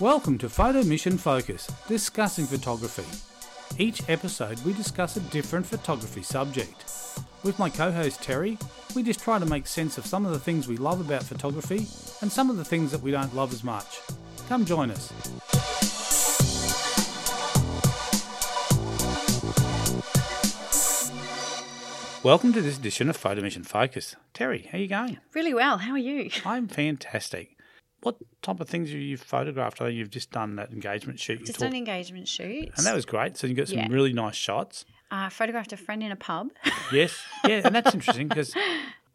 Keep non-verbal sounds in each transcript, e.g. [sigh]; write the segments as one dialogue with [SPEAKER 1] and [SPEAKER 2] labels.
[SPEAKER 1] Welcome to Photo Mission Focus, discussing photography. Each episode, we discuss a different photography subject. With my co host Terry, we just try to make sense of some of the things we love about photography and some of the things that we don't love as much. Come join us. Welcome to this edition of Photo Mission Focus. Terry, how you going?
[SPEAKER 2] Really well. How are [laughs] you?
[SPEAKER 1] I'm fantastic. What type of things have you photographed? I know you've just done that engagement shoot you
[SPEAKER 2] Just
[SPEAKER 1] talked
[SPEAKER 2] done engagement shoots.
[SPEAKER 1] and that was great. So you got some
[SPEAKER 2] Yeah.
[SPEAKER 1] really nice shots.
[SPEAKER 2] uh, photographed a friend in a pub. [laughs]
[SPEAKER 1] Yes, yeah, and that's interesting because,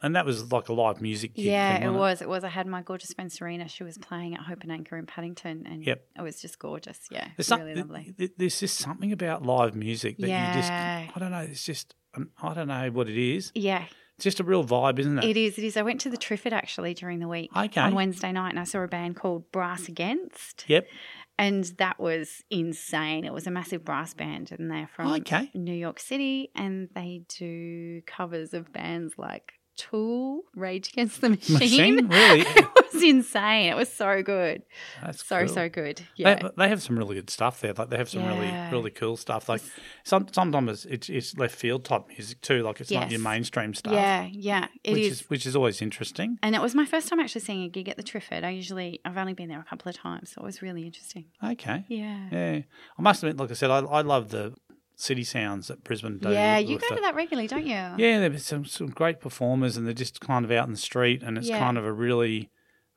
[SPEAKER 1] and that was like a live music. Gig
[SPEAKER 2] yeah,
[SPEAKER 1] thing,
[SPEAKER 2] it
[SPEAKER 1] wasn't
[SPEAKER 2] was. It was. I had my gorgeous friend Serena. She was playing at Hope and Anchor in Paddington, and
[SPEAKER 1] Yep.
[SPEAKER 2] it was just gorgeous. Yeah,
[SPEAKER 1] There's some-
[SPEAKER 2] really lovely.
[SPEAKER 1] th- th- There's just something about live music that you just,
[SPEAKER 2] Yeah.
[SPEAKER 1] I don't know. It's just, um, I don't know what it is.
[SPEAKER 2] Yeah,
[SPEAKER 1] It's just a real vibe, isn't it?
[SPEAKER 2] it is. It is. I went to the Triffid actually during the week
[SPEAKER 1] Okay.
[SPEAKER 2] on Wednesday night, and I saw a band called Brass Against,
[SPEAKER 1] Yep.
[SPEAKER 2] [laughs] and that was insane. It was a massive brass band, and they're from
[SPEAKER 1] Okay.
[SPEAKER 2] New York City, and they do covers of bands like Tool, Rage Against the
[SPEAKER 1] Machine,
[SPEAKER 2] [laughs]
[SPEAKER 1] really?
[SPEAKER 2] it was insane. It was so good.
[SPEAKER 1] That's
[SPEAKER 2] So
[SPEAKER 1] cool.
[SPEAKER 2] so good. Yeah.
[SPEAKER 1] They, they have some really good stuff there. Like they have some
[SPEAKER 2] Yeah.
[SPEAKER 1] really really cool stuff. Like some, sometimes it's, it's left field type music too. Like it's not your
[SPEAKER 2] Yes.
[SPEAKER 1] mainstream stuff.
[SPEAKER 2] yeah, yeah. It
[SPEAKER 1] which
[SPEAKER 2] is.
[SPEAKER 1] is which is always interesting.
[SPEAKER 2] And it was my first time actually seeing a gig at the Triffid. I usually I've only been there a couple of times, so it was really interesting.
[SPEAKER 1] Okay.
[SPEAKER 2] Yeah.
[SPEAKER 1] Yeah, I must admit, like I said, I, I love the city sounds that Brisbane do.
[SPEAKER 2] Yeah, you
[SPEAKER 1] with
[SPEAKER 2] go
[SPEAKER 1] the-
[SPEAKER 2] to that regularly, don't you? Yeah.
[SPEAKER 1] Yeah, there's some some great performers, and they're just kind of out in the street, and it's
[SPEAKER 2] Yeah.
[SPEAKER 1] kind of a really,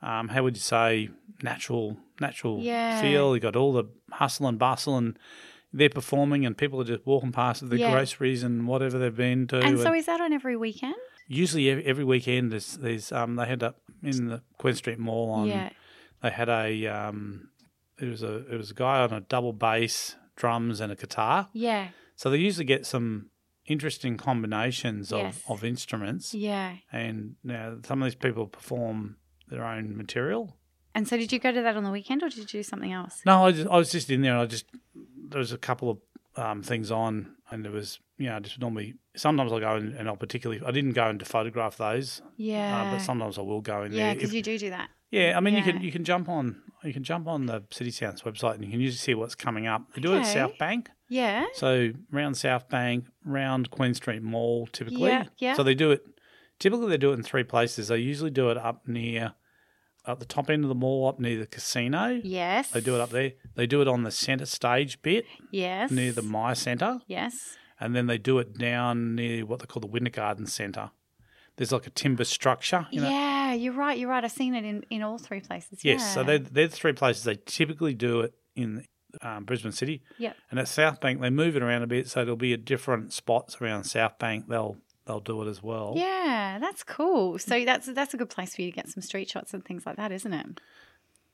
[SPEAKER 1] um, how would you say, natural natural
[SPEAKER 2] Yeah.
[SPEAKER 1] feel. You got all the hustle and bustle, and they're performing, and people are just walking past with their
[SPEAKER 2] Yeah.
[SPEAKER 1] groceries and whatever they've been to.
[SPEAKER 2] And so is that on every weekend?
[SPEAKER 1] usually ev- every weekend, there's, there's um, they had up in the Queen Street Mall on
[SPEAKER 2] yeah.
[SPEAKER 1] they had a um, it was a it was a guy on a double bass, drums, and a guitar.
[SPEAKER 2] Yeah.
[SPEAKER 1] So they usually get some interesting combinations of,
[SPEAKER 2] Yes.
[SPEAKER 1] of instruments.
[SPEAKER 2] Yeah.
[SPEAKER 1] And now some of these people perform their own material.
[SPEAKER 2] And so did you go to that on the weekend or did you do something else?
[SPEAKER 1] No, I, just, I was just in there and I just there was a couple of um, things on, and there was you know just normally sometimes I go in and I'll particularly I didn't go in to photograph those,
[SPEAKER 2] Yeah.
[SPEAKER 1] uh, but sometimes I will go in
[SPEAKER 2] yeah,
[SPEAKER 1] there.
[SPEAKER 2] because
[SPEAKER 1] if-
[SPEAKER 2] you do do that.
[SPEAKER 1] Yeah, I mean you
[SPEAKER 2] Yeah.
[SPEAKER 1] can you can jump on you can jump on the City Sounds website and you can usually see what's coming up. They do it at
[SPEAKER 2] Okay.
[SPEAKER 1] South Bank,
[SPEAKER 2] Yeah.
[SPEAKER 1] so round South Bank, round Queen Street Mall typically.
[SPEAKER 2] Yeah, yeah.
[SPEAKER 1] So they do it. Typically, they do it in three places. They usually do it up near, at the top end of the mall, up near the casino.
[SPEAKER 2] Yes.
[SPEAKER 1] They do it up there. They do it on the centre stage bit
[SPEAKER 2] Yes.
[SPEAKER 1] near the My Centre,
[SPEAKER 2] Yes.
[SPEAKER 1] and then they do it down near what they call the Winter Garden Centre. There's like a timber structure. You know,
[SPEAKER 2] yeah, you're right. You're right. I've seen it in, in all three places.
[SPEAKER 1] Yes, so
[SPEAKER 2] yeah.
[SPEAKER 1] they're, they're the three places they typically do it in um, Brisbane City.
[SPEAKER 2] Yep.
[SPEAKER 1] And at South Bank, they move it around a bit, so there'll be at different spots around South Bank. They'll they'll do it as well.
[SPEAKER 2] Yeah, that's cool. So that's that's a good place for you to get some street shots and things like that, isn't it?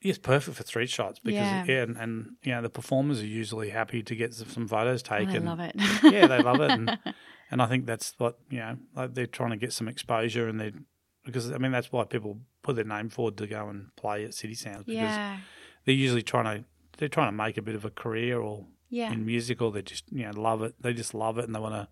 [SPEAKER 1] It's perfect for street shots because yeah,
[SPEAKER 2] Yeah.
[SPEAKER 1] and, and you know the performers are usually happy to get some photos
[SPEAKER 2] Oh,
[SPEAKER 1] taken.
[SPEAKER 2] I love it.
[SPEAKER 1] yeah, they love
[SPEAKER 2] [laughs]
[SPEAKER 1] it, and, and I think that's what you know like they're trying to get some exposure, and they because I mean that's why people put their name forward to go and play at City Sounds because
[SPEAKER 2] yeah,
[SPEAKER 1] they're usually trying to they're trying to make a bit of a career or
[SPEAKER 2] yeah,
[SPEAKER 1] in music or they just you know love it they just love it and they want to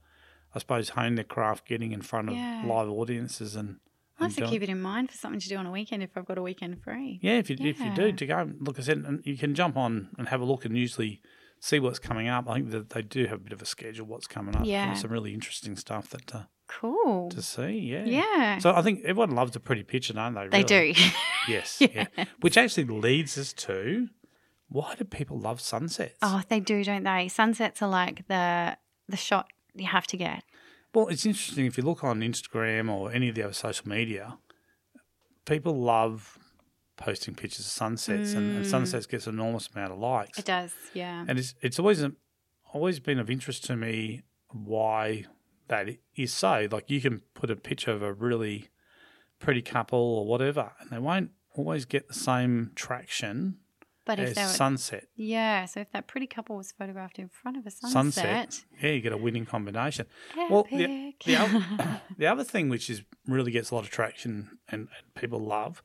[SPEAKER 1] i suppose hone their craft getting in front of
[SPEAKER 2] Yeah.
[SPEAKER 1] live audiences and,
[SPEAKER 2] I have
[SPEAKER 1] and
[SPEAKER 2] to
[SPEAKER 1] doing-
[SPEAKER 2] keep it in mind for something to do on a weekend if I've got a weekend free.
[SPEAKER 1] yeah if you if you do
[SPEAKER 2] Yeah.
[SPEAKER 1] to go and- look i said and you can jump on and have a look and usually see what's coming up i think that they do have a bit of a schedule what's coming up There's
[SPEAKER 2] Yeah.
[SPEAKER 1] some really interesting stuff that to,
[SPEAKER 2] Cool.
[SPEAKER 1] to see yeah
[SPEAKER 2] yeah,
[SPEAKER 1] so i think everyone loves a pretty picture don't they
[SPEAKER 2] they
[SPEAKER 1] really?
[SPEAKER 2] do.
[SPEAKER 1] [laughs] yes yeah. which actually leads us to why do people love sunsets
[SPEAKER 2] [laughs] oh, they do, don't they? Sunsets are like the the shot you have to get.
[SPEAKER 1] Well, it's interesting if you look on Instagram or any of the other social media, people love posting pictures of sunsets, and, and
[SPEAKER 2] Mm.
[SPEAKER 1] sunsets gets an enormous amount of likes.
[SPEAKER 2] It does. Yeah.
[SPEAKER 1] And it's it's always always been of interest to me why that is so. Like you can put a picture of a really pretty couple or whatever, and they won't always get the same traction
[SPEAKER 2] But if
[SPEAKER 1] as
[SPEAKER 2] they were,
[SPEAKER 1] sunset.
[SPEAKER 2] yeah, so if that pretty couple was photographed in front of a sunset,
[SPEAKER 1] Sunset. Yeah, you get a winning combination.
[SPEAKER 2] epic.
[SPEAKER 1] Well, the- the
[SPEAKER 2] [laughs]
[SPEAKER 1] other, [coughs] the other thing which is really gets a lot of traction and, and people love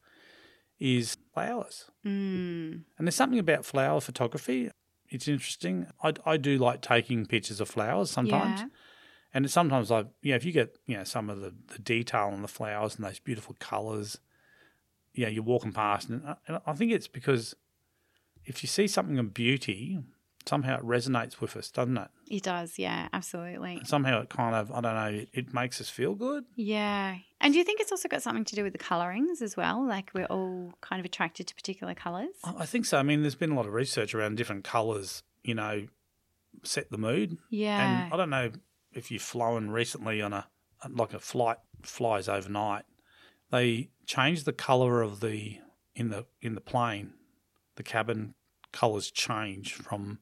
[SPEAKER 1] is flowers.
[SPEAKER 2] Mm,
[SPEAKER 1] And there's something about flower photography. It's interesting. I, I do like taking pictures of flowers sometimes.
[SPEAKER 2] yeah.
[SPEAKER 1] And it's sometimes I, you know, if you get, you know, some of the, the detail on the flowers and those uh, beautiful colours, you know, you're walking past. And, I- and I think it's because if you see something of beauty, somehow it resonates with us, doesn't it?
[SPEAKER 2] It does, yeah, absolutely.
[SPEAKER 1] And somehow it kind of, I don't know, it, it makes us feel good.
[SPEAKER 2] Yeah. And do you think it's also got something to do with the colourings as well? Like we're all kind of attracted to particular colours?
[SPEAKER 1] I I think so. I mean, there's been a lot of research around different colours, you know, set the mood.
[SPEAKER 2] Yeah.
[SPEAKER 1] And I don't know if you've flown recently on a like a flight flies overnight. They change the color of the in the in the plane. The cabin colors change from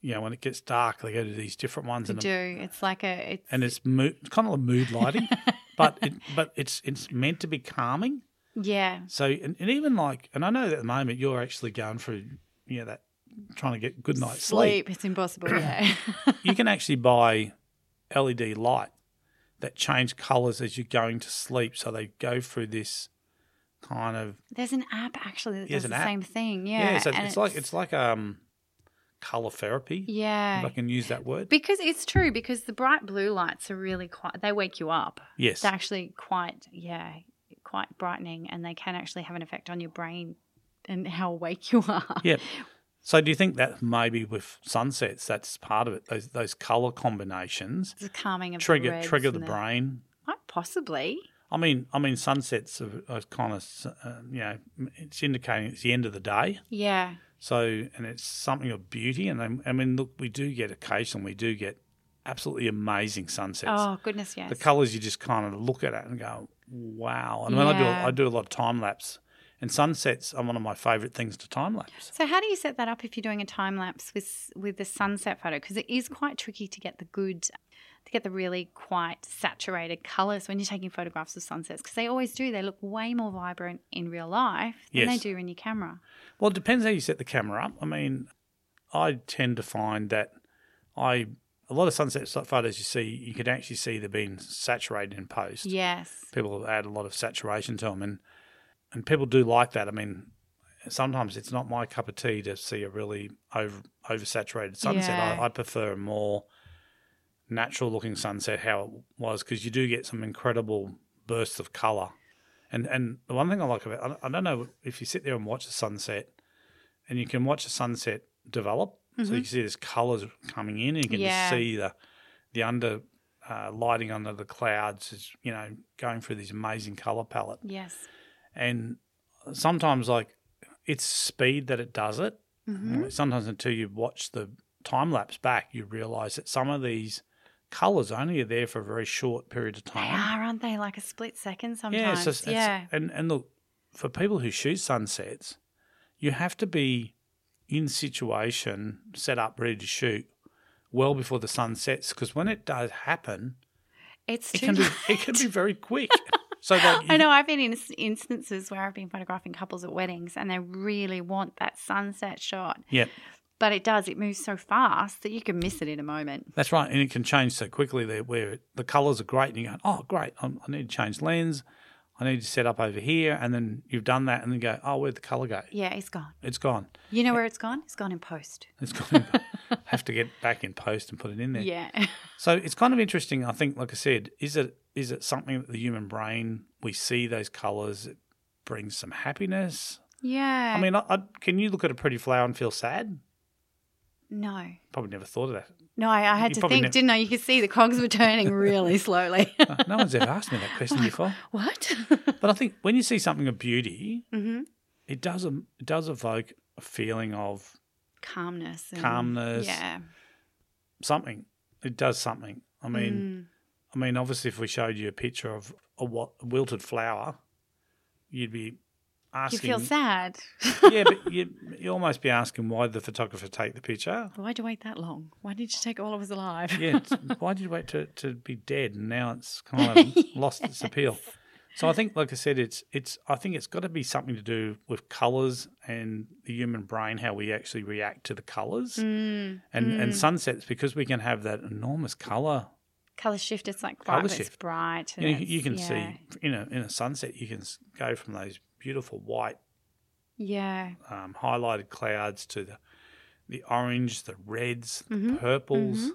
[SPEAKER 1] you know when it gets dark. They go to these different ones,
[SPEAKER 2] we
[SPEAKER 1] and,
[SPEAKER 2] do. It's like a it's
[SPEAKER 1] and it's mood, it's kind of like mood lighting, but it, but it's it's meant to be calming.
[SPEAKER 2] yeah.
[SPEAKER 1] So and, and even like and I know that at the moment you're actually going through you know that trying to get good night's sleep
[SPEAKER 2] It's impossible, yeah.
[SPEAKER 1] [coughs]
[SPEAKER 2] [laughs]
[SPEAKER 1] you can actually buy LED light that change colours as you're going to sleep. So they go through this kind of
[SPEAKER 2] There's an app actually that
[SPEAKER 1] There's
[SPEAKER 2] does the
[SPEAKER 1] an app.
[SPEAKER 2] same thing. Yeah.
[SPEAKER 1] yeah. so it's,
[SPEAKER 2] and
[SPEAKER 1] like it's like um colour therapy.
[SPEAKER 2] yeah.
[SPEAKER 1] If I can use that word.
[SPEAKER 2] because it's true because the bright blue lights are really quite they wake you up.
[SPEAKER 1] yes.
[SPEAKER 2] It's actually quite yeah, quite brightening and they can actually have an effect on your brain and how awake you are.
[SPEAKER 1] Yep. So do you think that maybe with sunsets that's part of it? Those those colour combinations
[SPEAKER 2] [laughs] It's a calming of
[SPEAKER 1] trigger
[SPEAKER 2] the reds
[SPEAKER 1] trigger the
[SPEAKER 2] and
[SPEAKER 1] brain.
[SPEAKER 2] Quite possibly.
[SPEAKER 1] I mean, I mean, sunsets are, are kind of, uh, you know, it's indicating it's the end of the day.
[SPEAKER 2] Yeah.
[SPEAKER 1] So, and it's something of beauty. And I'm- I mean, look, we do get occasionally, we do get absolutely amazing sunsets.
[SPEAKER 2] oh goodness, yes.
[SPEAKER 1] The colours you just kind of look at it and go, wow. And when
[SPEAKER 2] Yeah.
[SPEAKER 1] I do, I do a lot of time lapse, and sunsets are one of my favourite things to time lapse.
[SPEAKER 2] so how do you set that up if you're doing a time lapse with with the sunset photo? Because it is quite tricky to get the good, to get the really quite saturated colours when you're taking photographs of sunsets. Because they always do; they look way more vibrant in real life
[SPEAKER 1] Yes.
[SPEAKER 2] than they do in your camera.
[SPEAKER 1] Well, it depends how you set the camera up. I mean, I tend to find that I a lot of sunset photos you see, you can actually see they're being saturated in post.
[SPEAKER 2] Yes.
[SPEAKER 1] people add a lot of saturation to them, and and people do like that. I mean, sometimes it's not my cup of tea to see a really over oversaturated sunset.
[SPEAKER 2] Yeah.
[SPEAKER 1] I, I prefer a more natural looking sunset how it was because you do get some incredible bursts of color. And and the one thing I like about I don't- I don't know if you sit there and watch a sunset, and you can watch a sunset develop, so you can see there's colors coming in, and you can
[SPEAKER 2] Mm-hmm. Yeah.
[SPEAKER 1] just see the the under uh, lighting under the clouds is you know going through this amazing color palette
[SPEAKER 2] Yes.
[SPEAKER 1] and sometimes like it's speed that it does it
[SPEAKER 2] hmm
[SPEAKER 1] sometimes until you watch the time lapse back you realize that some of these colors only are there for a very short period of
[SPEAKER 2] They
[SPEAKER 1] time
[SPEAKER 2] are, aren't they? Like a split second sometimes.
[SPEAKER 1] yeah it's just it's,
[SPEAKER 2] yeah.
[SPEAKER 1] and and look for people who shoot sunsets you have to be in situation set up ready to shoot well before the sun sets because when it does happen
[SPEAKER 2] It's
[SPEAKER 1] it
[SPEAKER 2] too
[SPEAKER 1] can be
[SPEAKER 2] late.
[SPEAKER 1] [laughs] it can be
[SPEAKER 2] [laughs]
[SPEAKER 1] very quick. So that
[SPEAKER 2] I know I've been in ins- instances where I've been photographing couples at weddings and they really want that sunset shot,
[SPEAKER 1] Yeah,
[SPEAKER 2] but it does, it moves so fast that you can miss it in a moment.
[SPEAKER 1] that's right, and it can change so quickly that where the colours are great, and you go, oh great, I'm, I need to change lens, I need to set up over here, and then you've done that, and then go, oh where'd the colour go?
[SPEAKER 2] Yeah, it's gone.
[SPEAKER 1] It's gone.
[SPEAKER 2] You know where it's gone? It's gone in post.
[SPEAKER 1] It's gone. [laughs] Have to get back in post and put it in there.
[SPEAKER 2] Yeah. [laughs]
[SPEAKER 1] So it's kind of interesting. I think, like I said, is it is it something that the human brain we see those colours it brings some happiness?
[SPEAKER 2] Yeah.
[SPEAKER 1] I mean, I, I, can you look at a pretty flower and feel sad?
[SPEAKER 2] no.
[SPEAKER 1] Probably never thought of that.
[SPEAKER 2] No, I, I had
[SPEAKER 1] You
[SPEAKER 2] to
[SPEAKER 1] probably
[SPEAKER 2] think,
[SPEAKER 1] never-
[SPEAKER 2] didn't I? You could see the cogs were turning
[SPEAKER 1] [laughs]
[SPEAKER 2] really slowly.
[SPEAKER 1] No, no one's ever asked me that
[SPEAKER 2] [laughs]
[SPEAKER 1] question before.
[SPEAKER 2] what?
[SPEAKER 1] But I think when you see something of beauty,
[SPEAKER 2] hmm
[SPEAKER 1] it does um, it does evoke a feeling of
[SPEAKER 2] Calmness. and-
[SPEAKER 1] Calmness.
[SPEAKER 2] Yeah.
[SPEAKER 1] something. It does something. I
[SPEAKER 2] Mm.
[SPEAKER 1] mean, I mean, obviously, if we showed you a picture of a, wa- a wilted flower, you'd be
[SPEAKER 2] Mm. you
[SPEAKER 1] asking. [laughs]
[SPEAKER 2] feel sad.
[SPEAKER 1] yeah,
[SPEAKER 2] [laughs]
[SPEAKER 1] but you you almost be asking why did the photographer take the picture.
[SPEAKER 2] Why'd you wait that long? Why did you take it while I was alive?
[SPEAKER 1] Yeah, it's, why did you wait to, to be dead and now it's kind
[SPEAKER 2] [laughs]
[SPEAKER 1] of lost its appeal. So I think, like I said, it's it's I think it's got to be something to do with colours and the human brain, how we actually react to the colours.
[SPEAKER 2] [laughs] Mm.
[SPEAKER 1] and and sunsets because we can have that enormous color.
[SPEAKER 2] color shift it's like
[SPEAKER 1] Colour
[SPEAKER 2] bright, it's
[SPEAKER 1] shift.
[SPEAKER 2] bright
[SPEAKER 1] You, know,
[SPEAKER 2] and
[SPEAKER 1] you can
[SPEAKER 2] it's- yeah.
[SPEAKER 1] see in a in a sunset, you can s- go from those beautiful white
[SPEAKER 2] yeah
[SPEAKER 1] um, highlighted clouds to the the orange, the reds, the
[SPEAKER 2] Mhm,
[SPEAKER 1] purples,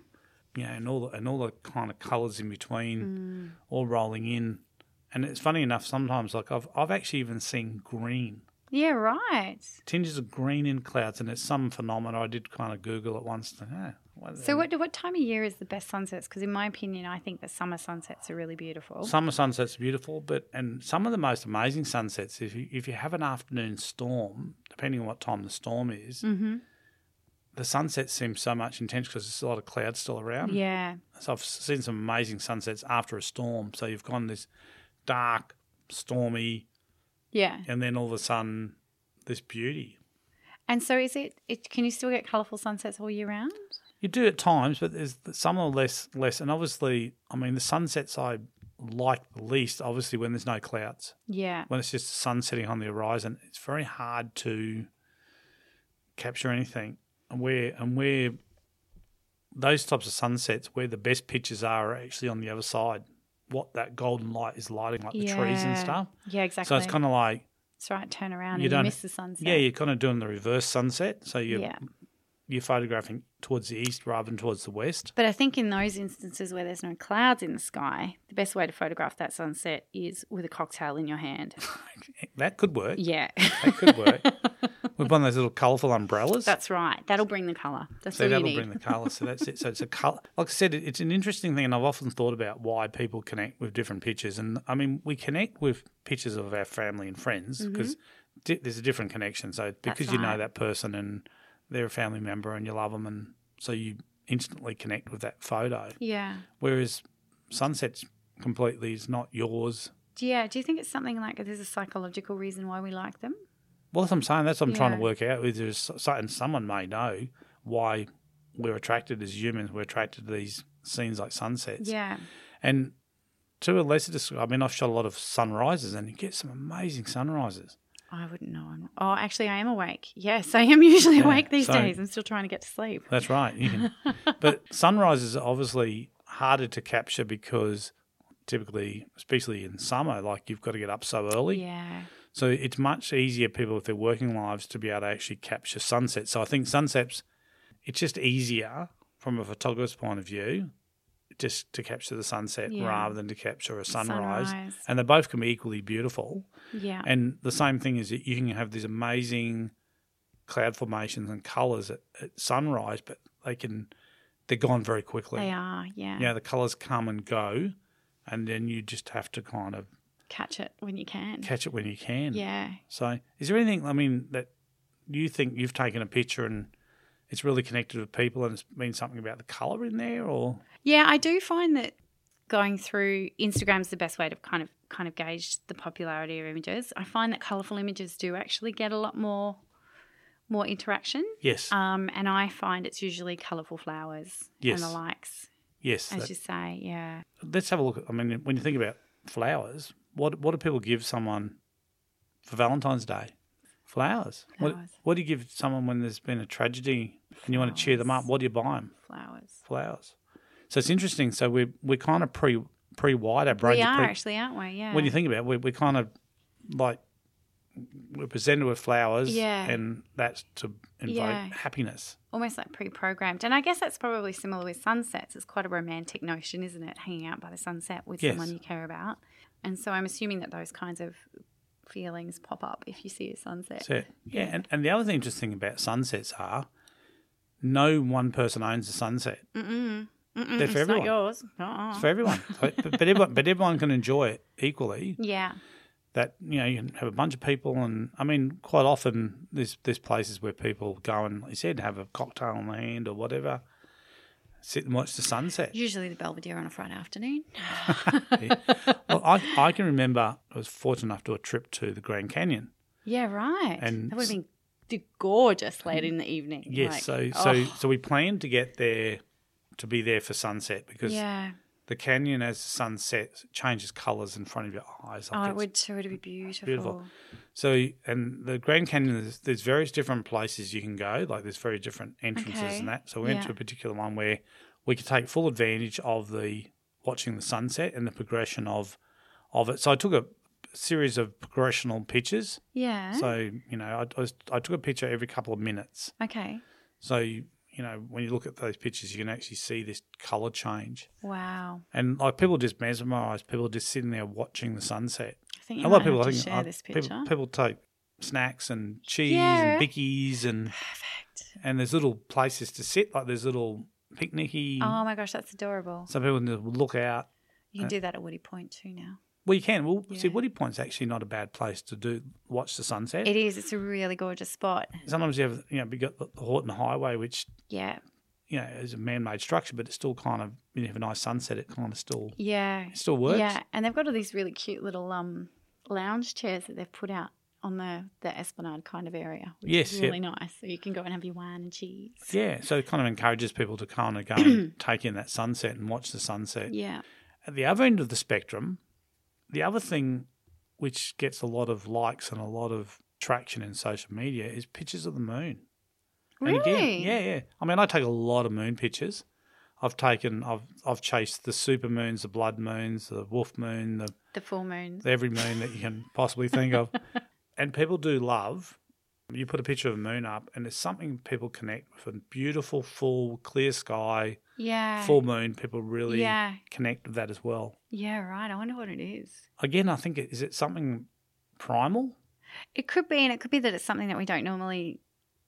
[SPEAKER 1] you know, and all the, and all the kind of colors in between,
[SPEAKER 2] Mm-hmm. Mm.
[SPEAKER 1] all rolling in. And it's funny enough, sometimes like I've I've actually even seen green.
[SPEAKER 2] Yeah, right.
[SPEAKER 1] Tinges of green in clouds, and it's some phenomena. I did kind of Google it once. To, eh, what the
[SPEAKER 2] So,
[SPEAKER 1] hell?"
[SPEAKER 2] what what time of year is the best sunsets? Because in my opinion, I think the summer sunsets are really beautiful.
[SPEAKER 1] Summer sunsets are beautiful, but and some of the most amazing sunsets. If you if you have an afternoon storm, depending on what time the storm is,
[SPEAKER 2] mm-hmm.
[SPEAKER 1] the sunsets seem so much intense because there's a lot of clouds still around.
[SPEAKER 2] yeah,
[SPEAKER 1] So I've seen some amazing sunsets after a storm. So you've gone this dark, stormy,
[SPEAKER 2] yeah.
[SPEAKER 1] and then all of a sudden this beauty.
[SPEAKER 2] And so, is it, it? Can you still get colourful sunsets all year round?
[SPEAKER 1] You do at times, but there's some are less less. And obviously, I mean, the sunsets I like the least, obviously, when there's no clouds,
[SPEAKER 2] Yeah,
[SPEAKER 1] when it's just the sun setting on the horizon, it's very hard to capture anything. And where and where those types of sunsets, where the best pictures are, are actually on the other side. What that golden light is lighting, like the trees and
[SPEAKER 2] Yeah,
[SPEAKER 1] stuff.
[SPEAKER 2] yeah, exactly.
[SPEAKER 1] So it's kind of like,
[SPEAKER 2] That's right. Turn around
[SPEAKER 1] You
[SPEAKER 2] and you
[SPEAKER 1] don't-
[SPEAKER 2] miss the sunset.
[SPEAKER 1] yeah, you're kind of doing the reverse sunset. So you're
[SPEAKER 2] Yeah.
[SPEAKER 1] you're photographing towards the east rather than towards the west.
[SPEAKER 2] But I think in those instances where there's no clouds in the sky, the best way to photograph that sunset is with a cocktail in your
[SPEAKER 1] [laughs]
[SPEAKER 2] hand.
[SPEAKER 1] That could work.
[SPEAKER 2] [laughs] Yeah,
[SPEAKER 1] That could work. With one of those little colourful umbrellas.
[SPEAKER 2] that's right. That'll bring the colour. That's
[SPEAKER 1] so
[SPEAKER 2] all you
[SPEAKER 1] that'll
[SPEAKER 2] need.
[SPEAKER 1] bring the colour. So that's it. So it's a colour. Like I said, it- it's an interesting thing, and I've often thought about why people connect with different pictures. And I mean, we connect with pictures of our family and friends because di- there's a different connection. So because you
[SPEAKER 2] Mm-hmm. right.
[SPEAKER 1] know that person and they're a family member and you love them, and so you instantly connect with that photo.
[SPEAKER 2] yeah,
[SPEAKER 1] Whereas sunsets completely is not yours.
[SPEAKER 2] yeah. Do you think it's something like there's a psychological reason why we like them?
[SPEAKER 1] Well, that's what I'm saying. That's what I'm trying to
[SPEAKER 2] Yeah.
[SPEAKER 1] work out. Is there's something someone may know why we're attracted as humans. We're attracted to these scenes like sunsets.
[SPEAKER 2] Yeah,
[SPEAKER 1] And to a lesser degree, I mean, I've shot a lot of sunrises, and you get some amazing sunrises.
[SPEAKER 2] I wouldn't know. I'm- Oh, actually, I am awake. Yes, [laughs] I am usually
[SPEAKER 1] Yeah,
[SPEAKER 2] awake these
[SPEAKER 1] so-
[SPEAKER 2] days. I'm still trying to get to sleep.
[SPEAKER 1] That's right. You
[SPEAKER 2] [laughs]
[SPEAKER 1] can, but sunrises are obviously harder to capture because typically, especially in summer, like you've got to get up so early.
[SPEAKER 2] Yeah,
[SPEAKER 1] So it's much easier people with their working lives to be able to actually capture sunsets. So I think sunsets, it's just easier from a photographer's point of view, just to capture the sunset
[SPEAKER 2] Yeah.
[SPEAKER 1] rather than to capture a sunrise.
[SPEAKER 2] Sunrise.
[SPEAKER 1] And they both can be equally beautiful.
[SPEAKER 2] yeah,
[SPEAKER 1] And the same thing is that you can have these amazing cloud formations and colours at, at sunrise, but they can they're gone very quickly.
[SPEAKER 2] they are. Yeah.
[SPEAKER 1] You know, the colours come and go, and then you just have to kind of
[SPEAKER 2] catch it when you can.
[SPEAKER 1] catch it when you can.
[SPEAKER 2] Yeah.
[SPEAKER 1] So, is there anything? I mean, that you think you've taken a picture and it's really connected with people, and it's means something about the color in there, or
[SPEAKER 2] Yeah, I do find that going through Instagram's the best way to kind of kind of gauge the popularity of images. I find that colourful images do actually get a lot more more interaction.
[SPEAKER 1] yes,
[SPEAKER 2] Um, and I find it's usually colourful flowers
[SPEAKER 1] Yes.
[SPEAKER 2] and the likes,
[SPEAKER 1] yes.
[SPEAKER 2] as
[SPEAKER 1] that-
[SPEAKER 2] you say. Yeah.
[SPEAKER 1] let's have a look. I mean, when you think about flowers, what what do people give someone for Valentine's Day? Flowers. What,
[SPEAKER 2] Flowers.
[SPEAKER 1] what do you give someone when there's been a tragedy and you want to cheer them up? What do you buy them?
[SPEAKER 2] Flowers.
[SPEAKER 1] Flowers. So it's interesting. So we're we're kind of pre pre wired. Our brains
[SPEAKER 2] we are
[SPEAKER 1] pre
[SPEAKER 2] actually, aren't we? Yeah.
[SPEAKER 1] when you think about it, we, we're kind of like we're presented with flowers,
[SPEAKER 2] Yeah.
[SPEAKER 1] and that's to invoke
[SPEAKER 2] Yeah.
[SPEAKER 1] happiness.
[SPEAKER 2] Almost like pre programmed. And I guess that's probably similar with sunsets. It's quite a romantic notion, isn't it? Hanging out by the sunset with
[SPEAKER 1] Yes.
[SPEAKER 2] someone you care about. And so I'm assuming that those kinds of feelings pop up if you see a sunset.
[SPEAKER 1] So, yeah, and, and the other thing interesting about sunsets are no one person owns a sunset.
[SPEAKER 2] Mm-mm. Mm-mm.
[SPEAKER 1] They're for
[SPEAKER 2] it's
[SPEAKER 1] everyone.
[SPEAKER 2] not yours. Uh-uh.
[SPEAKER 1] It's for
[SPEAKER 2] [laughs]
[SPEAKER 1] everyone, So, but, but everyone, but everyone can enjoy it equally.
[SPEAKER 2] yeah.
[SPEAKER 1] That you know, you can have a bunch of people, and I mean, quite often there's there's places where people go and, like you said, have a cocktail in hand or whatever, sit and watch the sunset.
[SPEAKER 2] Usually the Belvedere on a Friday afternoon.
[SPEAKER 1] well, I, I can remember I was fortunate enough to do a trip to the Grand Canyon.
[SPEAKER 2] Yeah, right.
[SPEAKER 1] And
[SPEAKER 2] that would have been d- gorgeous late in the evening.
[SPEAKER 1] Yes,
[SPEAKER 2] Like,
[SPEAKER 1] so
[SPEAKER 2] oh,
[SPEAKER 1] so so we planned to get there to be there for sunset because
[SPEAKER 2] yeah.
[SPEAKER 1] the canyon as the sun sets changes colours in front of your eyes.
[SPEAKER 2] Oh,
[SPEAKER 1] Like
[SPEAKER 2] it
[SPEAKER 1] it's-
[SPEAKER 2] would too. It would be beautiful.
[SPEAKER 1] beautiful. So and the Grand Canyon there's, there's various different places you can go. Like there's very different entrances
[SPEAKER 2] Okay,
[SPEAKER 1] and that. So we went
[SPEAKER 2] yeah.
[SPEAKER 1] to a particular one where we could take full advantage of the watching the sunset and the progression of of it. So I took a series of progressional pictures.
[SPEAKER 2] Yeah.
[SPEAKER 1] So you know, I, I, was, I took a picture every couple of minutes.
[SPEAKER 2] okay.
[SPEAKER 1] So you, you know, when you look at those pictures, you can actually see this color change.
[SPEAKER 2] Wow.
[SPEAKER 1] And like people just mesmerised, people just sitting there watching the sunset.
[SPEAKER 2] I think
[SPEAKER 1] a
[SPEAKER 2] you
[SPEAKER 1] lot
[SPEAKER 2] might
[SPEAKER 1] of people
[SPEAKER 2] have to
[SPEAKER 1] think
[SPEAKER 2] share
[SPEAKER 1] I-
[SPEAKER 2] this picture.
[SPEAKER 1] people, people take snacks and cheese
[SPEAKER 2] Yeah.
[SPEAKER 1] and bickies and
[SPEAKER 2] Perfect.
[SPEAKER 1] and there's little places to sit, like there's little picnicky.
[SPEAKER 2] Oh my gosh, that's adorable.
[SPEAKER 1] Some people need to look out. uh,
[SPEAKER 2] You can do that at Woody Point too now.
[SPEAKER 1] Well, you can. Well, see,
[SPEAKER 2] Yeah.
[SPEAKER 1] Woody Point's actually not a bad place to do watch the sunset.
[SPEAKER 2] It is. It's a really gorgeous spot.
[SPEAKER 1] Sometimes you have, you know, you got the the Horton Highway, which
[SPEAKER 2] Yeah.
[SPEAKER 1] you know is a man-made structure, but it's still kind of you know, have a nice sunset. It kind of still
[SPEAKER 2] Yeah.
[SPEAKER 1] it still works.
[SPEAKER 2] Yeah, and they've got all these really cute little um lounge chairs that they've put out on the the esplanade kind of area. Which
[SPEAKER 1] Yes,
[SPEAKER 2] is
[SPEAKER 1] yep.
[SPEAKER 2] really nice. So you can go and have your wine and cheese.
[SPEAKER 1] Yeah, so it kind of encourages people to kind
[SPEAKER 2] [clears throat]
[SPEAKER 1] of go and take in that sunset and watch the sunset.
[SPEAKER 2] Yeah.
[SPEAKER 1] At the other end of the spectrum, the other thing which gets a lot of likes and a lot of traction in social media is pictures of the moon.
[SPEAKER 2] Really?
[SPEAKER 1] And again, yeah, yeah. I mean, I take a lot of moon pictures. I've taken, I've, I've chased the super moons, the blood moons, the wolf moon, the,
[SPEAKER 2] The full moons.
[SPEAKER 1] the every moon that you can possibly think
[SPEAKER 2] [laughs]
[SPEAKER 1] of. And people do love. You put a picture of a moon up, and it's something people connect with a beautiful, full, clear sky,
[SPEAKER 2] yeah.
[SPEAKER 1] full moon. People really
[SPEAKER 2] Yeah.
[SPEAKER 1] connect with that as well.
[SPEAKER 2] Yeah, right. I wonder what it is.
[SPEAKER 1] Again, I think, it- is it something primal?
[SPEAKER 2] It could be and it could be that it's something that we don't normally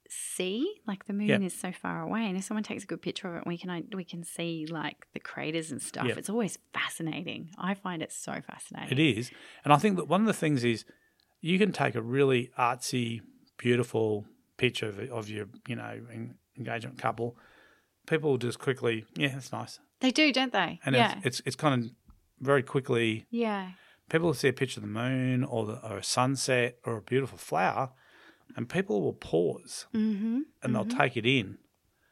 [SPEAKER 2] see. Like the moon
[SPEAKER 1] Yeah.
[SPEAKER 2] is so far away and if someone takes a good picture of it we can I, we can see like the craters and stuff.
[SPEAKER 1] Yeah.
[SPEAKER 2] It's always fascinating. I find it so fascinating.
[SPEAKER 1] It is. And I think that one of the things is you can take a really artsy, beautiful picture of, of your, you know, en- engagement couple. People will just quickly, yeah, that's nice.
[SPEAKER 2] They do, don't they?
[SPEAKER 1] And
[SPEAKER 2] yeah.
[SPEAKER 1] it's, it's, it's kind of very quickly,
[SPEAKER 2] yeah.
[SPEAKER 1] people will see a picture of the moon or, the, or a sunset or a beautiful flower and people will pause
[SPEAKER 2] Mm-hmm.
[SPEAKER 1] and they'll take it in.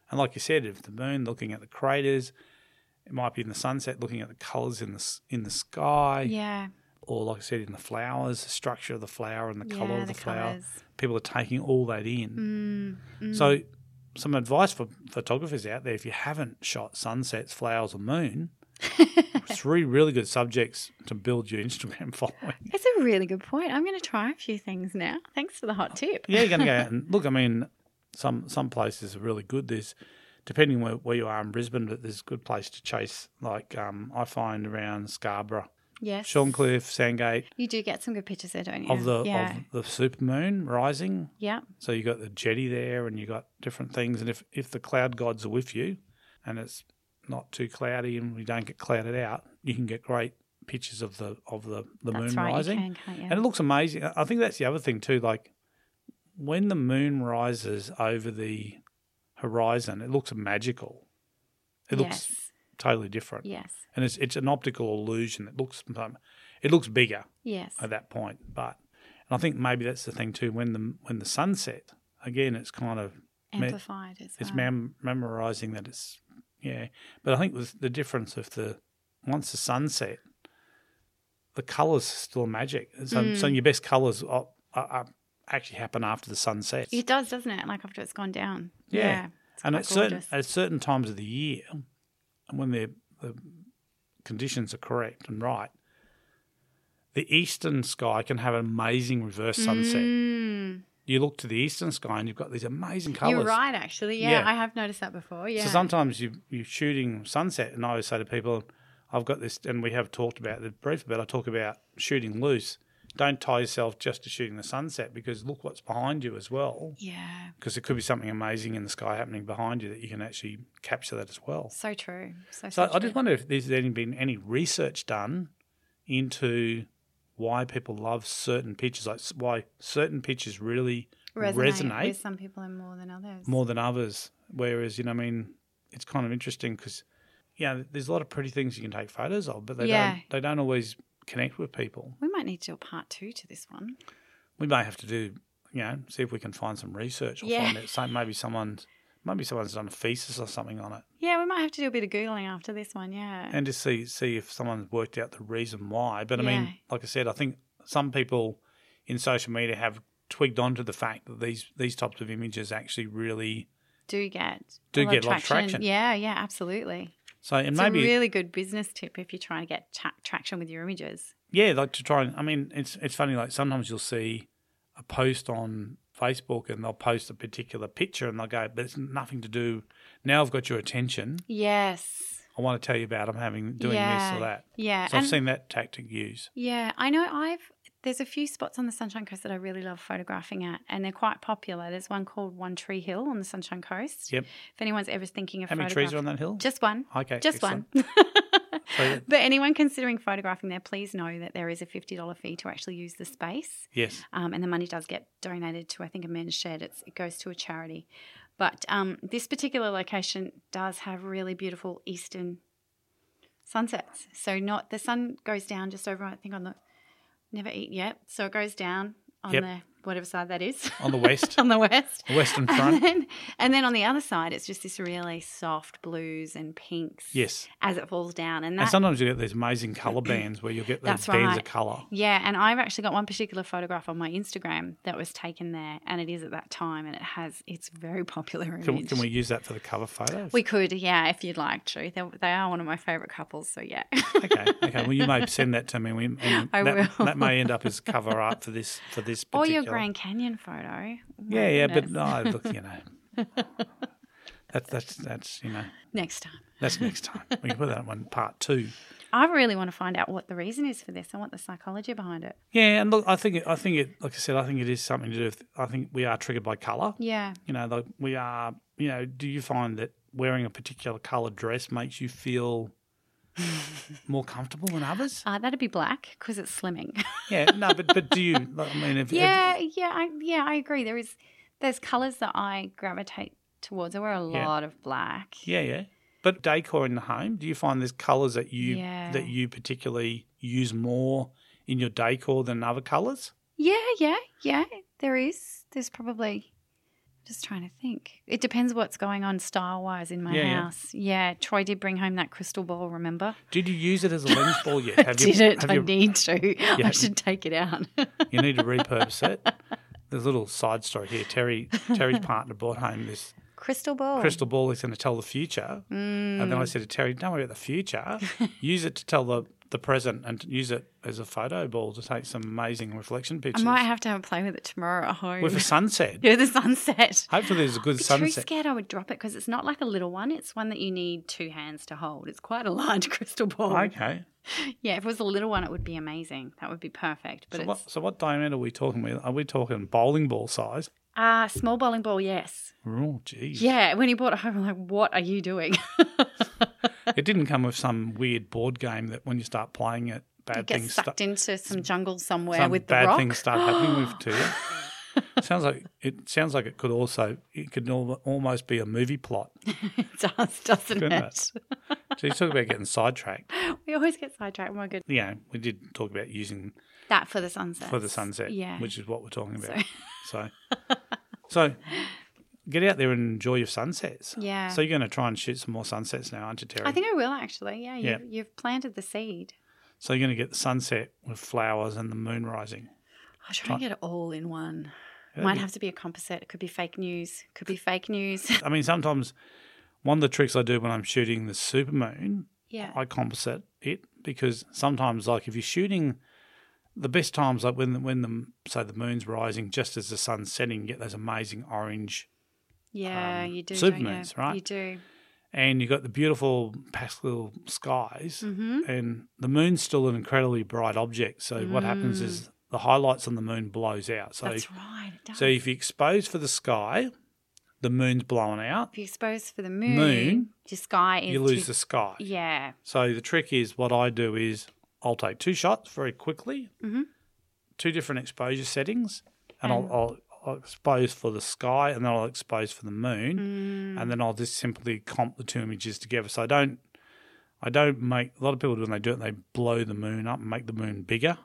[SPEAKER 1] And like you said, if the moon looking at the craters, it might be in the sunset looking at the colours in the, s- in the sky
[SPEAKER 2] Yeah.
[SPEAKER 1] or like I said, in the flowers, the structure of the flower and the colour
[SPEAKER 2] yeah,
[SPEAKER 1] of the, flower.
[SPEAKER 2] colours.
[SPEAKER 1] People are taking all that in.
[SPEAKER 2] Mm, mm.
[SPEAKER 1] So, some advice for photographers out there if you haven't shot sunsets, flowers, or
[SPEAKER 2] [laughs]
[SPEAKER 1] moon, three really good subjects to build your Instagram [laughs] following.
[SPEAKER 2] it's a really good point. I'm going to try a few things now. Thanks for the hot tip.
[SPEAKER 1] Yeah, you're going to go out and look. I mean, some some places are really good. There's, depending where, where you are in Brisbane, but there's a good place to chase. Like um, I find around Scarborough,
[SPEAKER 2] Yes.
[SPEAKER 1] Shorncliffe, Sandgate,
[SPEAKER 2] You do get some good pictures there, don't you?
[SPEAKER 1] of the
[SPEAKER 2] yeah.
[SPEAKER 1] of the supermoon rising.
[SPEAKER 2] yeah.
[SPEAKER 1] So you got the jetty there, and you got different things. And if if the cloud gods are with you, and it's not too cloudy, and we don't get clouded out, you can get great pictures of the of the the
[SPEAKER 2] That's
[SPEAKER 1] moon
[SPEAKER 2] right.
[SPEAKER 1] rising,
[SPEAKER 2] You can, can't you?
[SPEAKER 1] and it looks amazing. I I think that's the other thing too. Like when the moon rises over the horizon, it looks magical. It looks
[SPEAKER 2] yes.
[SPEAKER 1] totally different,
[SPEAKER 2] Yes.
[SPEAKER 1] and it's it's an optical illusion. It looks um, it looks bigger
[SPEAKER 2] Yes.
[SPEAKER 1] at that point. But and I think maybe that's the thing too. When the when the sunset again, it's kind of me-
[SPEAKER 2] Amplified as well.
[SPEAKER 1] it's mem- memorizing that it's yeah. But I think with the difference of the once the sunset, the colors still magic. So, so
[SPEAKER 2] Mm.
[SPEAKER 1] your best colors are, are, are actually happen after the sunset.
[SPEAKER 2] It does, doesn't it? Like after it's gone down.
[SPEAKER 1] Yeah.
[SPEAKER 2] It's
[SPEAKER 1] and
[SPEAKER 2] quite
[SPEAKER 1] at certain
[SPEAKER 2] gorgeous.
[SPEAKER 1] at certain times of the year, and when the the conditions are correct and right, the eastern sky can have an amazing reverse sunset.
[SPEAKER 2] Mm.
[SPEAKER 1] You look to the eastern sky and you've got these amazing colors.
[SPEAKER 2] You're right, actually. Yeah,
[SPEAKER 1] Yeah.
[SPEAKER 2] I have noticed that before. Yeah.
[SPEAKER 1] So sometimes you you're shooting sunset, and I always say to people, I've got this, and we have talked about the brief, but I talk about shooting loose. Don't tie yourself just to shooting the sunset because look what's behind you as well.
[SPEAKER 2] yeah.
[SPEAKER 1] Because there could be something amazing in the sky happening behind you that you can actually capture that as well.
[SPEAKER 2] So true.
[SPEAKER 1] So
[SPEAKER 2] So, so
[SPEAKER 1] I
[SPEAKER 2] true.
[SPEAKER 1] just wonder if there's any been any research done into why people love certain pictures, like s- why certain pictures really resonate,
[SPEAKER 2] with some people and more than others.
[SPEAKER 1] more than others. Whereas, you know, I mean, it's kind of interesting because, you know, there's a lot of pretty things you can take photos of, but they
[SPEAKER 2] Yeah.
[SPEAKER 1] don't they don't always connect with people.
[SPEAKER 2] We might need to do a part two to this one.
[SPEAKER 1] We may have to do, you know, see if we can find some research or
[SPEAKER 2] Yeah.
[SPEAKER 1] find it. So maybe someone's maybe someone's done a thesis or something on it,
[SPEAKER 2] Yeah, we might have to do a bit of googling after this one. Yeah.
[SPEAKER 1] and just see see if someone's worked out the reason why. But I
[SPEAKER 2] Yeah.
[SPEAKER 1] mean, like I said, I think some people in social media have twigged onto the fact that these these types of images actually really
[SPEAKER 2] do get
[SPEAKER 1] Do
[SPEAKER 2] a lot
[SPEAKER 1] get
[SPEAKER 2] of
[SPEAKER 1] a lot of traction.
[SPEAKER 2] Yeah, yeah, absolutely.
[SPEAKER 1] so and
[SPEAKER 2] It's
[SPEAKER 1] maybe
[SPEAKER 2] a really good business tip if you're trying to get tra- traction with your images.
[SPEAKER 1] yeah, like to try and I mean, it's it's funny. Like sometimes you'll see a post on Facebook and they'll post a particular picture and they'll go, but it's nothing to do. Now I've got your attention.
[SPEAKER 2] Yes.
[SPEAKER 1] I want to tell you about I'm having doing
[SPEAKER 2] yeah.
[SPEAKER 1] this or that.
[SPEAKER 2] Yeah.
[SPEAKER 1] So I've
[SPEAKER 2] and-
[SPEAKER 1] seen that tactic used.
[SPEAKER 2] yeah, I know I've There's a few spots on the Sunshine Coast that I really love photographing at, and they're quite popular. There's one called One Tree Hill on the Sunshine Coast.
[SPEAKER 1] Yep.
[SPEAKER 2] If anyone's ever thinking of
[SPEAKER 1] How many trees are on
[SPEAKER 2] photographing-
[SPEAKER 1] that hill?
[SPEAKER 2] just one,
[SPEAKER 1] okay.
[SPEAKER 2] just
[SPEAKER 1] excellent.
[SPEAKER 2] one.
[SPEAKER 1] So-
[SPEAKER 2] [laughs] but anyone considering photographing there, please know that there is a fifty dollar fee to actually use the space.
[SPEAKER 1] yes.
[SPEAKER 2] um, and the money does get donated to I think a men's shed. It's, it goes to a charity, but um, this particular location does have really beautiful eastern sunsets. So not the sun goes down just over I think on the never eat yet, so it goes down on
[SPEAKER 1] Yep.
[SPEAKER 2] the whatever side
[SPEAKER 1] [laughs]
[SPEAKER 2] that is [laughs]
[SPEAKER 1] On the west,
[SPEAKER 2] on the west.
[SPEAKER 1] western
[SPEAKER 2] [laughs] And
[SPEAKER 1] front.
[SPEAKER 2] then, and then on the other side, it's just this really soft blues and pinks
[SPEAKER 1] Yes.
[SPEAKER 2] as it falls down. And
[SPEAKER 1] And
[SPEAKER 2] that
[SPEAKER 1] sometimes you get these amazing colour bands where you'll get those
[SPEAKER 2] That's
[SPEAKER 1] bands
[SPEAKER 2] right.
[SPEAKER 1] of colour.
[SPEAKER 2] Yeah, and I've actually got one particular photograph on my Instagram that was taken there, and it is at that time, and it has it's very popular image.
[SPEAKER 1] Can, can we use that for the cover photo?
[SPEAKER 2] We could, yeah, if you'd like to. They, they are one of my favourite couples,
[SPEAKER 1] [laughs]
[SPEAKER 2] so yeah.
[SPEAKER 1] okay, okay. Well, you may send that to me. We, and
[SPEAKER 2] [laughs] I
[SPEAKER 1] that,
[SPEAKER 2] will.
[SPEAKER 1] that may end up as cover art for this for this
[SPEAKER 2] or
[SPEAKER 1] particular.
[SPEAKER 2] your Grand Canyon photo.
[SPEAKER 1] Yeah, yeah, but
[SPEAKER 2] Goodness.
[SPEAKER 1] no, I look,
[SPEAKER 2] [laughs]
[SPEAKER 1] you know, that's that's that's you know,
[SPEAKER 2] next time.
[SPEAKER 1] that's next time. We can put that one part two.
[SPEAKER 2] I really want to find out what the reason is for this. I want the psychology behind it.
[SPEAKER 1] Yeah, and look, I think it, I think it, like I said, I think it is something to do with. I think we are triggered by color.
[SPEAKER 2] Yeah.
[SPEAKER 1] You know, like we are. You know, do you find that wearing a particular colored dress makes you
[SPEAKER 2] [laughs]
[SPEAKER 1] feel more comfortable than others?
[SPEAKER 2] Uh, that'd be black because it's slimming.
[SPEAKER 1] [laughs] Yeah, no, but but do you? I mean, if, if-
[SPEAKER 2] yeah, yeah, I, yeah, I agree. There is, there's colours that I gravitate towards. I wear a
[SPEAKER 1] Yeah.
[SPEAKER 2] lot of black.
[SPEAKER 1] Yeah, yeah. But decor in the home, do you find there's colours that you
[SPEAKER 2] Yeah.
[SPEAKER 1] that you particularly use more in your decor than other colours?
[SPEAKER 2] Yeah, yeah, yeah. There is. There's probably. Just trying to think. It depends what's going on style wise in my
[SPEAKER 1] Yeah, yeah.
[SPEAKER 2] house. Yeah. Troy did bring home that crystal ball. Remember?
[SPEAKER 1] Did you use it as a lens ball yet? [laughs] Have you,
[SPEAKER 2] did it?
[SPEAKER 1] Have
[SPEAKER 2] [laughs] I
[SPEAKER 1] you,
[SPEAKER 2] need to.
[SPEAKER 1] Yeah.
[SPEAKER 2] I should take it out. [laughs]
[SPEAKER 1] you need to repurpose it. There's a little side story here. Terry
[SPEAKER 2] [laughs]
[SPEAKER 1] Terry's partner brought home this
[SPEAKER 2] crystal ball.
[SPEAKER 1] crystal ball that's going to tell the future,
[SPEAKER 2] Oh. Mm,
[SPEAKER 1] and then I said to Terry, "Don't worry about the
[SPEAKER 2] [laughs]
[SPEAKER 1] future. Use it to tell the the present, and use it as a photo ball to take some amazing reflection
[SPEAKER 2] I
[SPEAKER 1] pictures
[SPEAKER 2] might have to have a play with it tomorrow at home. [laughs]
[SPEAKER 1] with a sunset.
[SPEAKER 2] yeah, the
[SPEAKER 1] [laughs]
[SPEAKER 2] sunset.
[SPEAKER 1] Hopefully, there's a good
[SPEAKER 2] Be too
[SPEAKER 1] sunset.
[SPEAKER 2] scared I would drop it because it's not like a little one. It's one that you need two hands to hold. It's quite a large [laughs] crystal ball.
[SPEAKER 1] Okay.
[SPEAKER 2] Yeah, if it was a little one, it would be amazing. That would be perfect. But
[SPEAKER 1] So
[SPEAKER 2] it's
[SPEAKER 1] what, so what diameter are we talking with? Are we talking bowling ball size?
[SPEAKER 2] ah small bowling ball. Yes.
[SPEAKER 1] Oh, geez.
[SPEAKER 2] Yeah, when he bought it home, I'm like, what are you doing?
[SPEAKER 1] It didn't come with some weird board game that when you start playing it,
[SPEAKER 2] It
[SPEAKER 1] bad
[SPEAKER 2] gets
[SPEAKER 1] things
[SPEAKER 2] sucked
[SPEAKER 1] start,
[SPEAKER 2] into some jungle somewhere
[SPEAKER 1] some
[SPEAKER 2] with the
[SPEAKER 1] bad
[SPEAKER 2] rock. [laughs]
[SPEAKER 1] things start happening
[SPEAKER 2] [gasps]
[SPEAKER 1] with to you. sounds like it sounds like it could also it could al- almost be a movie plot.
[SPEAKER 2] it does, doesn't
[SPEAKER 1] Goodness.
[SPEAKER 2] it?
[SPEAKER 1] So you talk about getting sidetracked.
[SPEAKER 2] [laughs] We always get sidetracked. My good,
[SPEAKER 1] You know, we did talk about using
[SPEAKER 2] that for the sunset.
[SPEAKER 1] for the sunset,
[SPEAKER 2] Yeah.
[SPEAKER 1] which is what we're talking about. So, so, get out there and enjoy your sunsets.
[SPEAKER 2] Yeah.
[SPEAKER 1] So you're going to try and shoot some more sunsets now, aren't you, Terry?
[SPEAKER 2] I think I will actually. Yeah,
[SPEAKER 1] Yeah.
[SPEAKER 2] You've, you've planted the seed.
[SPEAKER 1] So you're going to get the sunset with flowers and the moon rising.
[SPEAKER 2] I'll try and get it all in one.
[SPEAKER 1] Yeah,
[SPEAKER 2] Might
[SPEAKER 1] you-
[SPEAKER 2] have to be a composite. It could be fake news. Could be fake news. [laughs]
[SPEAKER 1] I mean, sometimes one of the tricks I do when I'm shooting the supermoon,
[SPEAKER 2] yeah.
[SPEAKER 1] I composite it because sometimes, like if you're shooting, the best times like when the, when the say the moon's rising just as the sun's setting, you get those amazing orange,
[SPEAKER 2] yeah,
[SPEAKER 1] um,
[SPEAKER 2] you do. don't you?
[SPEAKER 1] supermoons, right?
[SPEAKER 2] You do.
[SPEAKER 1] and you got the beautiful pastel skies,
[SPEAKER 2] hmm
[SPEAKER 1] and the moon's still an incredibly bright object. So what happens
[SPEAKER 2] Mm.
[SPEAKER 1] is the highlights on the moon blows out. So
[SPEAKER 2] That's right. It does.
[SPEAKER 1] So if you expose for the sky, the moon's blown out,
[SPEAKER 2] if you expose for the moon,
[SPEAKER 1] Moon,
[SPEAKER 2] your sky is
[SPEAKER 1] you lose
[SPEAKER 2] too-
[SPEAKER 1] the sky.
[SPEAKER 2] yeah
[SPEAKER 1] So the trick is what I do is I'll take two shots very quickly,
[SPEAKER 2] Mhm.
[SPEAKER 1] two different exposure settings, and
[SPEAKER 2] And-
[SPEAKER 1] I'll, I'll, I'll expose for the sky and then I'll expose for the moon,
[SPEAKER 2] Mm,
[SPEAKER 1] and then I'll just simply comp the two images together. So I don't. I don't make a lot of people when they do it, they blow the moon up and make the moon bigger.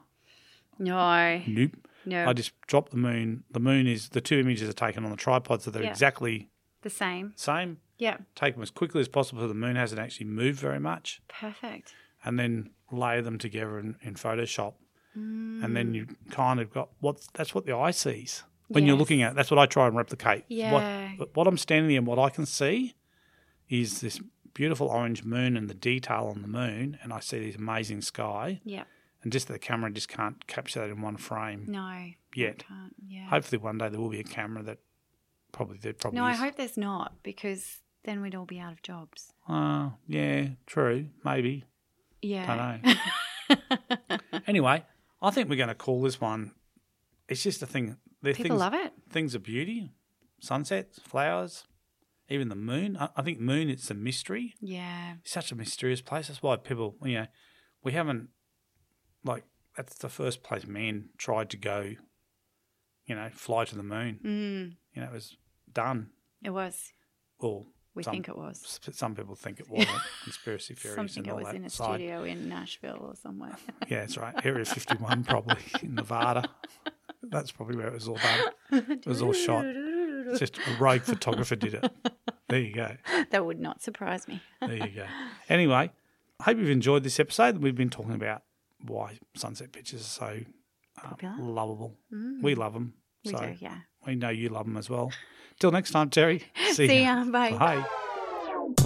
[SPEAKER 2] no
[SPEAKER 1] Nope.
[SPEAKER 2] no
[SPEAKER 1] I just drop the moon. The moon is the two images are taken on the tripod, so they're
[SPEAKER 2] Yeah.
[SPEAKER 1] exactly
[SPEAKER 2] the same
[SPEAKER 1] the same.
[SPEAKER 2] yeah
[SPEAKER 1] take them as quickly as possible so the moon hasn't actually moved very much,
[SPEAKER 2] perfect
[SPEAKER 1] and then layer them together in, in Photoshop.
[SPEAKER 2] Mm,
[SPEAKER 1] And then you kind of got what's that's what the eye sees when you're
[SPEAKER 2] Yes.
[SPEAKER 1] looking at. it, That's what I try and replicate.
[SPEAKER 2] Yeah.
[SPEAKER 1] What, what I'm standing there and what I can see is this beautiful orange moon and the detail on the moon, and I see this amazing sky,
[SPEAKER 2] yeah
[SPEAKER 1] and just the camera just can't capture that in one frame
[SPEAKER 2] no
[SPEAKER 1] yet.
[SPEAKER 2] can't yeah
[SPEAKER 1] Hopefully, one day there will be a camera that probably there probably
[SPEAKER 2] no I
[SPEAKER 1] is.
[SPEAKER 2] hope there's not because then we'd all be out of jobs
[SPEAKER 1] Uh, yeah, true, maybe.
[SPEAKER 2] yeah
[SPEAKER 1] I know. [laughs] anyway, I think we're going to call this one. It's just a thing. They're
[SPEAKER 2] People
[SPEAKER 1] things,
[SPEAKER 2] love it.
[SPEAKER 1] Things of beauty, sunsets, flowers, even the moon. I, I think moon. It's a mystery.
[SPEAKER 2] Yeah.
[SPEAKER 1] It's such a mysterious place. That's why people, you know, we haven't like that's the first place man tried to go. You know, fly to the moon.
[SPEAKER 2] Mm,
[SPEAKER 1] You know, it was done.
[SPEAKER 2] it was.
[SPEAKER 1] Or
[SPEAKER 2] We
[SPEAKER 1] some,
[SPEAKER 2] think it was.
[SPEAKER 1] s- Some people think it
[SPEAKER 2] [laughs]
[SPEAKER 1] wasn't. Conspiracy theories
[SPEAKER 2] Something
[SPEAKER 1] and
[SPEAKER 2] it
[SPEAKER 1] all
[SPEAKER 2] was
[SPEAKER 1] that
[SPEAKER 2] in a
[SPEAKER 1] side.
[SPEAKER 2] studio in Nashville or
[SPEAKER 1] [laughs]
[SPEAKER 2] somewhere.
[SPEAKER 1] Yeah, that's right. Area 51, probably in Nevada. That's probably where it was all done.
[SPEAKER 2] it
[SPEAKER 1] was all
[SPEAKER 2] [laughs]
[SPEAKER 1] shot. It's just a rogue photographer did it. There you go.
[SPEAKER 2] That would not surprise me.
[SPEAKER 1] There you go. Anyway, I hope you've enjoyed this episode. We've been talking about why sunset pictures are so uh,
[SPEAKER 2] Popular.
[SPEAKER 1] lovable.
[SPEAKER 2] Mm,
[SPEAKER 1] We love them.
[SPEAKER 2] we
[SPEAKER 1] so
[SPEAKER 2] do, yeah.
[SPEAKER 1] we know you love them as well. Till next time, Terry. See,
[SPEAKER 2] [laughs] See
[SPEAKER 1] ya.
[SPEAKER 2] ya. Bye.
[SPEAKER 1] Bye.